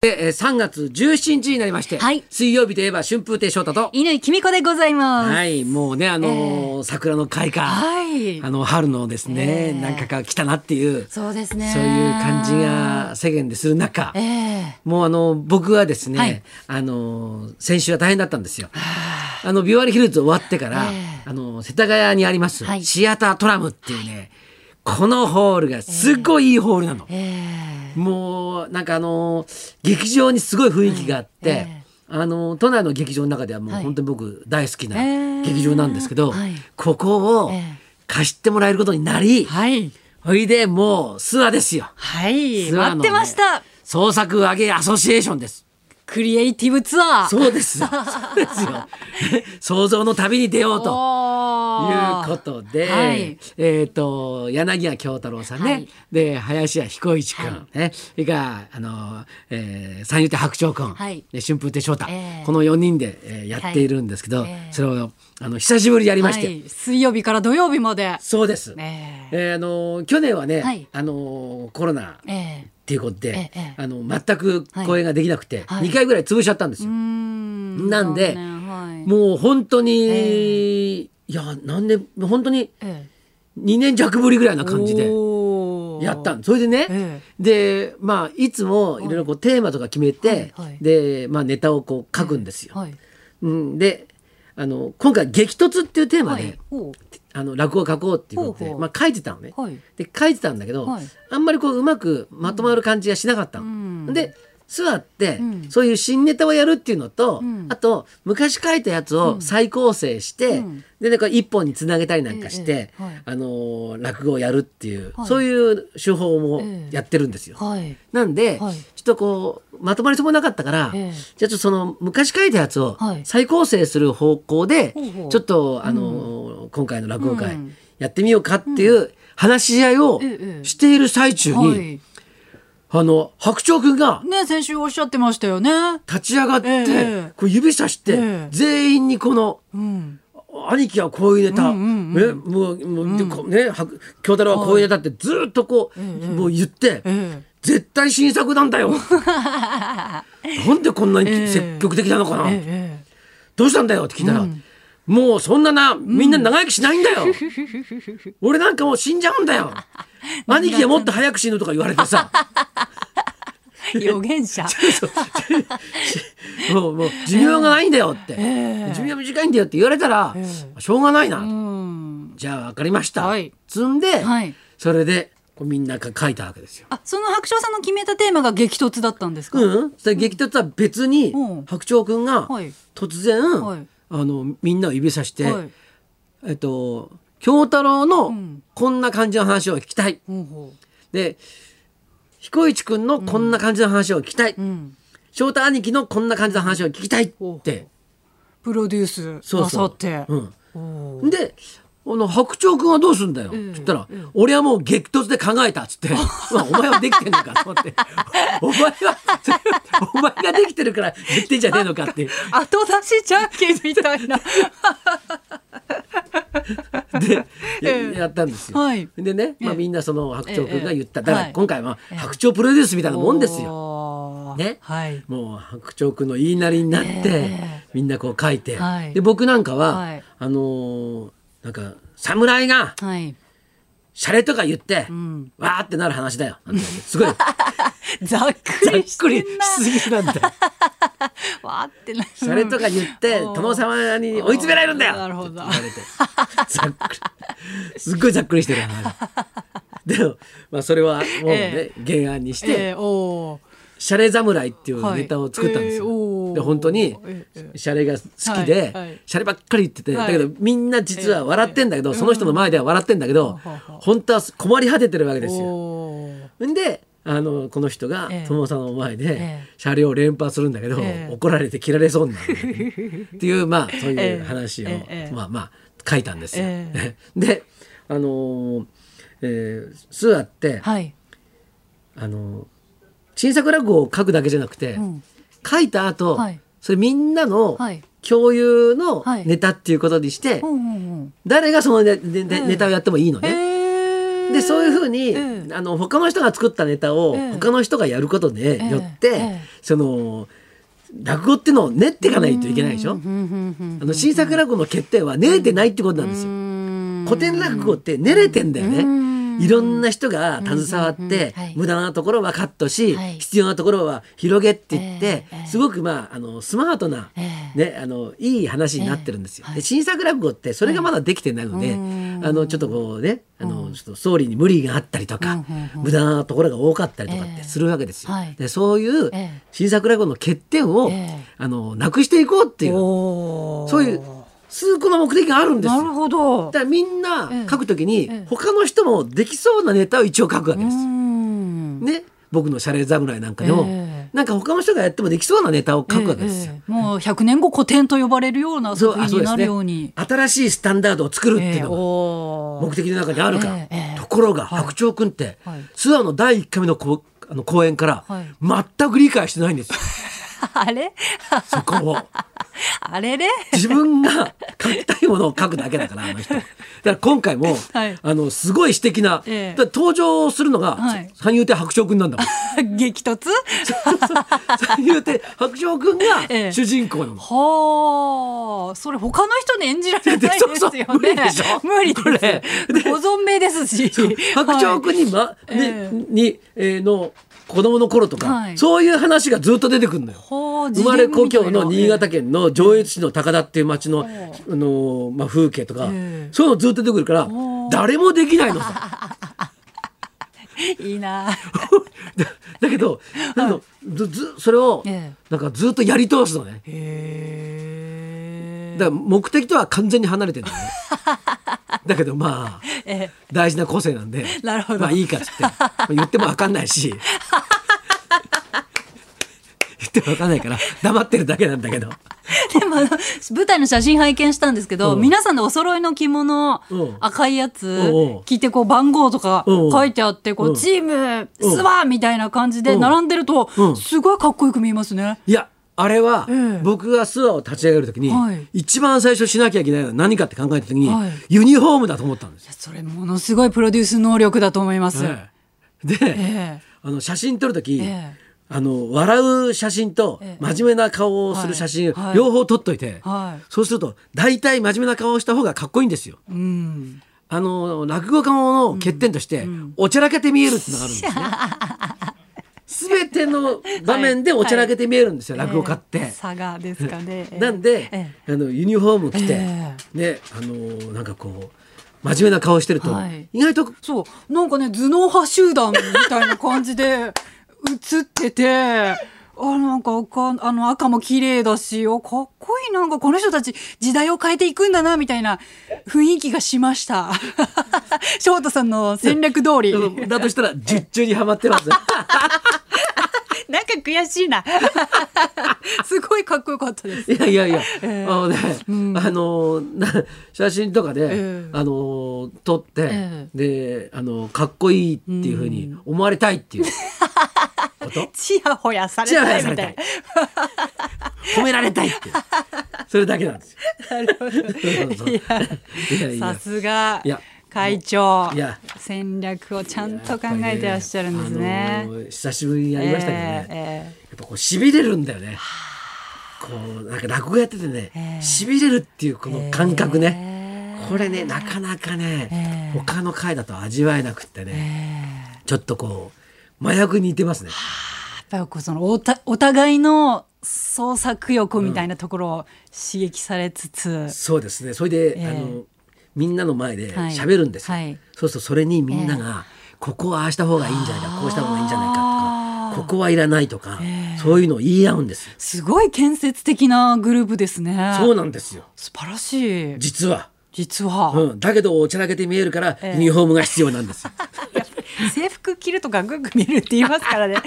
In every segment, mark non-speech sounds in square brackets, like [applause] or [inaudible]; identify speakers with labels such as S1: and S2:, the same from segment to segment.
S1: で、えー、3月17日になりまして、
S2: はい
S1: 水曜日といえば春風亭昇太と、
S2: 乾きみこでございます。
S1: はい、もうね、あのー桜の開花、
S2: はい
S1: あの春のですね、
S2: えー
S1: なんかが来たなっていう
S2: そうですね。
S1: そういう感じ。が世間でする中、
S2: ええ
S1: もうあの僕はですね、
S2: はい
S1: あのー先週は大変だったんですよ。あのビオアリヒルズ終わってから、
S2: え
S1: あの世田谷にあります、
S2: はい
S1: シアタートラムっていうね、このホールがすごいいいホールなの。
S2: ええ
S1: もうなんかあのー劇場にすごい雰囲気があって、
S2: ええ
S1: あのー都内の劇場の中ではもう
S2: はい
S1: 本当に僕大好きな
S2: ええ
S1: 劇場なんですけど、
S2: はい
S1: ここを
S2: ええ
S1: 貸してもらえることになり、
S2: はい。
S1: ほいでもう諏訪ですよ
S2: はい。
S1: ツアーのね
S2: 待ってました。
S1: 創作上げアソシエーションです
S2: クリエイティブツアー。
S1: そうです [laughs] そうですよ想像の旅に出ようとと
S2: お
S1: いう
S2: ー
S1: ことで、
S2: はい
S1: えっ、と柳家京太郎さんね、
S2: はい
S1: で林家彦一君、
S2: は
S1: ね、それからあの、えー、三遊亭白鳥君、
S2: はい
S1: で春風亭昇太、
S2: ええ
S1: この4人で、えーやっているんですけど、
S2: はいええ
S1: それをあの久しぶりにやりまして、
S2: はい。水曜日から土曜日まで。
S1: そうです。
S2: ええ
S1: えーあの去年はね、
S2: はい
S1: あのコロナっ
S2: ええ
S1: ていうことで
S2: え、えええ
S1: あの全く公演ができなくて、
S2: はい
S1: 2回ぐらい潰しちゃったんですよ
S2: うー。ん。
S1: なんで
S2: 残念はい。
S1: もう本当に、いや何年本当に
S2: え
S1: 2年弱ぶりぐらいな
S2: え
S1: 感じで。
S2: おー
S1: やったんそれでね、
S2: え
S1: でまあいつもいろいろこうテーマとか決めて、
S2: はいはい
S1: で、まあ、ネタをこう書くんですよ。
S2: はい。
S1: うん、であの今回「激突」っていうテーマ
S2: は
S1: で、
S2: い。おー
S1: あの落語を書こうっていうことで、
S2: ほうほう
S1: まあ、書いてたのね。
S2: はい。
S1: で書いてたんだけど、
S2: はい
S1: あんまりこううまくまとまる感じがしなかったの。
S2: うん
S1: で座って、
S2: うん
S1: そういう新ネタをやるっていうのと、
S2: うん
S1: あと昔書いたやつを再構成して、
S2: うん
S1: でなんか一本につなげたりなんかして、
S2: ええええはい
S1: あのー落語をやるっていう、
S2: はい
S1: そういう手法も
S2: ええ
S1: やってるんですよ。
S2: はい。
S1: なんで、
S2: はい
S1: ちょっとこうまとまりそうもなかったから、
S2: ええ
S1: じゃあちょっとその昔書いたやつを
S2: はい
S1: 再構成する方向で、
S2: ほうほう
S1: ちょっとあの、今回の落語会
S2: うん
S1: やってみようかっていう話し合いを
S2: ええ
S1: している最中に、
S2: はい。
S1: あの白鳥くんが
S2: ね、先週おっしゃってましたよね。
S1: 立ち上がって、
S2: ええ
S1: こう指さして、
S2: ええ
S1: 全員にこの
S2: うん。
S1: 兄貴はこういうネタ、
S2: うん
S1: ねもうもう、でこねは京太郎はこういうネタってずーっとこう、もう言って、
S2: え
S1: 絶対新作なん
S2: [laughs]
S1: だよなんでこんなに
S2: ええ
S1: 積極的なのか
S2: え
S1: な、
S2: ええ
S1: どうしたんだよって聞いたら、もうそんななみんな長生きしないんだよ、俺なんかもう死んじゃうん
S2: [laughs]
S1: だよ兄貴はもっと早く死ぬとか言われてさ [laughs]
S2: え予言者。
S1: もう [laughs] もう寿命がないんだよって、寿命短いんだよって言われたら、しょうがないな、
S2: うん。
S1: じゃあ分かりました、
S2: はい
S1: 積んで、
S2: はい
S1: それでこうみんなが書いたわけですよ。
S2: あ、その白鳥さんの決めたテーマが激突だったんですか。
S1: うん、それ激突は別に、
S2: うん
S1: 白鳥くんが
S2: はい
S1: 突然、
S2: はい
S1: あのみんなを指さして、
S2: はい。
S1: えっと京太郎の
S2: ん
S1: こんな感じの話を聞きたい、
S2: ほうほ
S1: で彦一くんのこんな感じの話を聞きたい、
S2: う。うん。
S1: 翔太兄貴のこんな感じの話を聞きたいって、
S2: ほうほうプロデュース
S1: そう
S2: な
S1: そ
S2: さ
S1: う
S2: って。
S1: うん
S2: おー
S1: であの白鳥くんはどうすんだよ」って言ったら、俺はもう激突で考えた」っつって「まあお前はできてんのか」と思って「お前はお前ができてるから言ってんじゃねえのか」っていう
S2: 後出しじゃんけんみたい
S1: [laughs]
S2: な。
S1: で、
S2: ええ
S1: やったんですよ。
S2: はい
S1: でね、まあ、
S2: ええ
S1: みんなその白鳥くんが言った、
S2: ええ
S1: だか
S2: は
S1: ら
S2: い
S1: 今回は白鳥プロデュースみたいなもんですよ。
S2: よ
S1: ね
S2: はい。
S1: もう白鳥くんの言いなりになって、
S2: え
S1: みんなこう書いて、
S2: はい
S1: で僕なんかは、
S2: はい
S1: あのーなんか侍が
S2: はい。
S1: シャレとか言って、
S2: ん
S1: わーってなる話だよなんてすごい
S2: ざっく
S1: ざっ
S2: りし
S1: くり
S2: て
S1: し
S2: んな。
S1: すぎなんだよ。
S2: わーってな。
S1: シャレとか言って
S2: うん
S1: 殿様に追い詰められるんだよ
S2: なるほど
S1: って言われてざっくりすっごいざっくりしてる話でも、まあ、それはもうね
S2: え、
S1: 原案にして、
S2: ええお
S1: シャレ侍っていう
S2: はい
S1: ネタを作ったんですよ。
S2: えーおー
S1: で本当に
S2: ええ
S1: シャレが好きで、
S2: はいはい
S1: シャレばっかり言ってて、
S2: はい
S1: だけどみんな実は笑ってんだけど、
S2: ええ
S1: その人の前では笑ってんだけど、
S2: うん
S1: 本当は困り果ててるわけ
S2: ー
S1: ですよ。
S2: おー。
S1: んであのこの人が
S2: ええ
S1: 友さんの前で、
S2: ええ
S1: シャレを連発するんだけど、
S2: ええ
S1: 怒られて切られそうになるんだよねっていうまあそう
S2: え
S1: いう
S2: え
S1: 話を、
S2: ええ
S1: まあまあ書いたんですよ。
S2: え
S1: であのーえースーアって、
S2: はい。
S1: あのー新作落語を書くだけじゃなくて、
S2: うん。
S1: 書いた後、
S2: はい
S1: それみんなの
S2: はい
S1: 共有の
S2: はい
S1: ネタっていうことにして、
S2: うんうんうん。
S1: 誰がそのネネネ
S2: うん
S1: ネタをやってもいいのね。
S2: ええ。
S1: でそういうふうるに、
S2: うん
S1: あの他の人が作ったネタを
S2: うん
S1: 他の人がやることで、
S2: え
S1: よって、
S2: ええ
S1: その落語っていうのを練っていかないといけないでしょ。あの新作落語の欠点は練れてないってことなんですよ。古典落語って練れてんだよ
S2: うん
S1: ね。いろんな人が携わっ
S2: うん
S1: て
S2: はい
S1: 無駄なところはカットし、
S2: はい
S1: 必要なところは広げって言って
S2: ええええ
S1: すごくまああのスマートな
S2: ええ
S1: ねあのいい話になってるんですよ
S2: ええ。は
S1: で
S2: い
S1: 新作落語ってそれがまだできてないので、
S2: うん
S1: あのちょっとこうねあのちょっと総理に無理があったりとか、
S2: うんうんうん
S1: 無駄なところが多かったりとかっ
S2: ええ
S1: てするわけですよ。
S2: はい
S1: でそういう
S2: ええ
S1: 新作落語の欠点を、
S2: ええ
S1: あのなくしていこうっていう
S2: おー
S1: そういう数個の目的があるんです
S2: な
S1: よ。
S2: るほど
S1: だからみん
S2: え
S1: な
S2: え
S1: 書くとき
S2: ええ
S1: に他の人もできそうなネタを一応書くわけです。
S2: うん
S1: ね僕のシャレ侍なんかでも、
S2: ええ
S1: なんか他の人がやってもできそうなネタを書くわけですよ。
S2: ええええもう100年後古典と呼ばれるような
S1: そう
S2: 作
S1: あ
S2: 品
S1: そうで
S2: にな
S1: す
S2: る
S1: ね
S2: ように。
S1: 新しいスタンダードを作るっていうのが
S2: お
S1: 目的の中にあるか、
S2: ええええ
S1: ところが白鳥くんって、
S2: はい
S1: ツアーの第1回目のこあの公演から
S2: はい
S1: 全く理解してないんですよ、
S2: [laughs] あれ [laughs]
S1: そこを
S2: あれれ [laughs]
S1: 自分が書きたいものを書くだけだからあの人だから今回も、
S2: はい
S1: あのすごい私的な、
S2: ええ
S1: だから登場するのが、
S2: はい
S1: 三遊亭白鳥くんなん
S2: [laughs]
S1: だもん
S2: 激突
S1: 三遊亭白鳥くん
S2: ええ
S1: が主人公なの、
S2: はあそれ他の人に演じられないですよね
S1: そうそう無理でしょ
S2: 無理
S1: これで
S2: ですご存命ですし
S1: そう [laughs] 白鳥くんに,、ま
S2: いえ
S1: ねにえーの子供の頃とか、
S2: はい
S1: そういう話がずっと出てくるのよ。生
S2: 生
S1: まれ故郷の新潟県の上越市の高田っていう町の、あのーまあ、風景とか、
S2: ええ
S1: そういうのずっと出てくるから誰もできないの
S2: [laughs]
S1: さ
S2: いいな
S1: [laughs] だだけどなんかずずそれを
S2: ええ
S1: なんかずっとやり通すのね
S2: へえ
S1: だから目的とは完全に離れてるの
S2: [laughs]
S1: ねだけどまあ
S2: え
S1: 大事な個性なんで
S2: [laughs] なるほど
S1: まあいいかっつってまあ言っても分かんないし [laughs] 言っても分かんないから黙ってるだけなんだけど。
S2: でもあの舞台の写真拝見したんですけど、
S1: うん
S2: 皆さんでお揃いの着物、
S1: うん
S2: 赤いやつ
S1: うんうん
S2: 着てこう番号とか
S1: うんうん
S2: 書いてあって、こ
S1: う
S2: うんチームスワンみたいな感じで
S1: うん
S2: 並んでると、
S1: うん
S2: すごいかっこよく見えますね。
S1: いやあれは、
S2: ええ
S1: 僕がツアーを立ち上げるときに、
S2: はい
S1: 一番最初しなきゃいけないのは何かって考えたときに、
S2: はい
S1: ユニフォームだと思ったんですよ。
S2: それものすごいプロデュース能力だと思います。
S1: ええで、
S2: え
S1: あの写真撮るとき、
S2: ええ
S1: あの笑う写真と
S2: ええ
S1: 真面目な顔をする写真、
S2: はいはい
S1: 両方撮っといて、
S2: はい
S1: そうすると大体真面目な顔をした方がかっこいいんですよ。
S2: うん、
S1: あの落語家の欠点として、おちゃらけて見えるってのがあるんですね。す
S2: [laughs]
S1: べての場面でおちゃらけて見えるんですよ、落語家って。
S2: ええ差がですかね。ええ
S1: [laughs] なんで、
S2: え
S1: あのユニフォーム着て、
S2: え
S1: ねあのーなんかこう真面目な顔してると、
S2: はい
S1: 意外と
S2: そうなんかね頭脳派集団みたいな感じで映ってて。あなんか赤あの赤も綺麗だしあかっこいいなんかこの人たち時代を変えていくんだなみたいな雰囲気がしました [laughs] 翔太さんの戦略通りなんか
S1: だとしたら十中にはまって
S2: [laughs]
S1: ますね。
S2: 悔しいな [laughs] すごいかっこよかったです
S1: いやいやいや、
S2: え
S1: あのね、あのーな写真とかで、
S2: え
S1: あのー撮って、
S2: え
S1: であのーかっこいいっていうふうに思われたいっていうこと。
S2: ちやほやされ
S1: チヤホ
S2: た
S1: ヤ
S2: い
S1: さ
S2: み
S1: れ
S2: た
S1: た
S2: い
S1: い。 [laughs] 褒められたいっていう。それだけなんですよ。
S2: なるほど
S1: そうそうそう
S2: いや
S1: [laughs] いやい
S2: さ
S1: や。
S2: すが
S1: いや
S2: 会長
S1: いや
S2: 戦略をちゃんと考えてらっしゃるんです
S1: あ
S2: ね。
S1: のー久しぶりにやりましたけどね。
S2: ええ
S1: やっぱこう痺れるんだよね。こうなんか落語やっててね、
S2: ええ
S1: 痺れるっていうこの感覚ね。
S2: え
S1: これねなかなかね、
S2: ええ
S1: 他の回だと味わえなくって
S2: え
S1: ね、
S2: え
S1: ちょっとこう麻薬に似てますね。
S2: やっぱりこうそのおたお互いの創作欲みたいなところを刺激されつつ、
S1: そうですね。それで、
S2: ええ
S1: あのみんなの前で
S2: はい
S1: 喋るんですよ。
S2: はい
S1: そうするとそれにみんなが、ここはああした方がいいんじゃないか、こうした方がいいんじゃない
S2: あ
S1: か
S2: ー
S1: とか、ここはいらないとか、
S2: ええ
S1: そういうのを言い合うんですよ。
S2: すごい建設的なグループですね。
S1: そうなんですよ。
S2: 素晴らしい。
S1: 実は。
S2: 実は、
S1: うん、だけどおちゃらけて見えるから
S2: え
S1: ユ
S2: え
S1: ニフォームが必要なんです
S2: [laughs]
S1: よ。
S2: 制服着るとかグッグ見るって言いますからね。
S1: [laughs]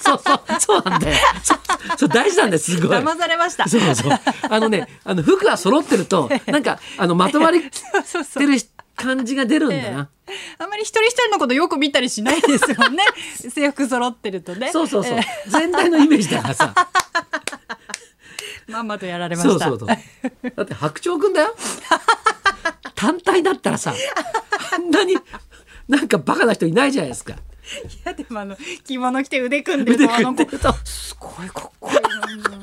S1: そうそう、そうなんだよ。 [laughs] そう、そう大事なんです、すごい。
S2: [laughs] 騙されました。
S1: そうそう。あのね、あの服が揃ってると、なんか、あのまとまりっ
S2: そうそうそ
S1: て
S2: う
S1: る感じが出るんだな。
S2: あんまり一人一人のことよく見たりしないです
S1: [laughs]
S2: よね。制服揃ってるとね。
S1: そうそうそう
S2: え。
S1: 全体のイメージだからさ。
S2: ーまんまとやられました。
S1: そうそうそう。だって白鳥くんだよ。単体だったらさ、あんなに。なんかバカな人いないじゃないですか。
S2: やでもあの着物着て腕組んで
S1: 見て
S2: るあ
S1: く
S2: の
S1: れて
S2: 子
S1: ると。
S2: すごいかっこいいな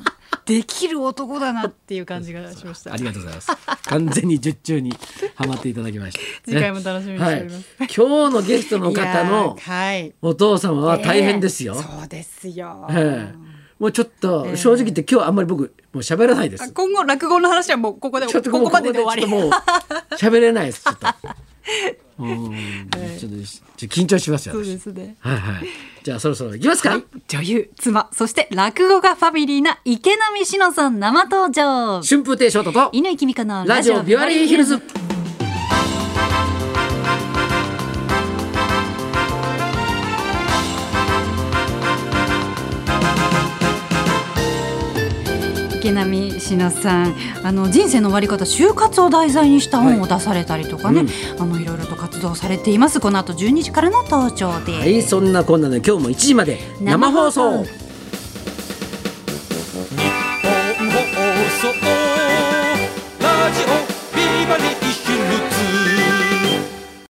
S2: できる男だなっていう感じがしました
S1: ありがとうございます。完全に術中にはまっていただきました。
S2: 次回も楽しみにしております
S1: はい、今日のゲストの方の
S2: いやーはい
S1: お父様は大変ですよ。
S2: ええそうですよ、
S1: ええもうちょっと正直言って今日あんまり僕もう喋らないで
S2: あ
S1: す。
S2: 今後落語の話はもうここで
S1: ちょっと
S2: こ
S1: もう
S2: こまでで終わり
S1: ここでちょっともう喋れないです。ちょっ
S2: [laughs]
S1: と。うんちょっとちょっと緊張しますよ。
S2: そう
S1: 私
S2: ですね
S1: はいはい。じゃあそろそろ行きますか。
S2: 女優妻そして落語家ファミリーな池波志乃さん生登場
S1: 春風亭昇太と
S2: 犬木美香の
S1: ラジオビバリーヒルズ。
S2: 池波志乃さんあの人生の終わり方就活を題材にした本を出されたりとかね、
S1: はい
S2: あのいろいろと活動されていますこの後12時からの登場です、
S1: はい、そんなこんなで今日も1時まで生放送。
S3: 日本放送ラジオビバリーヒルズ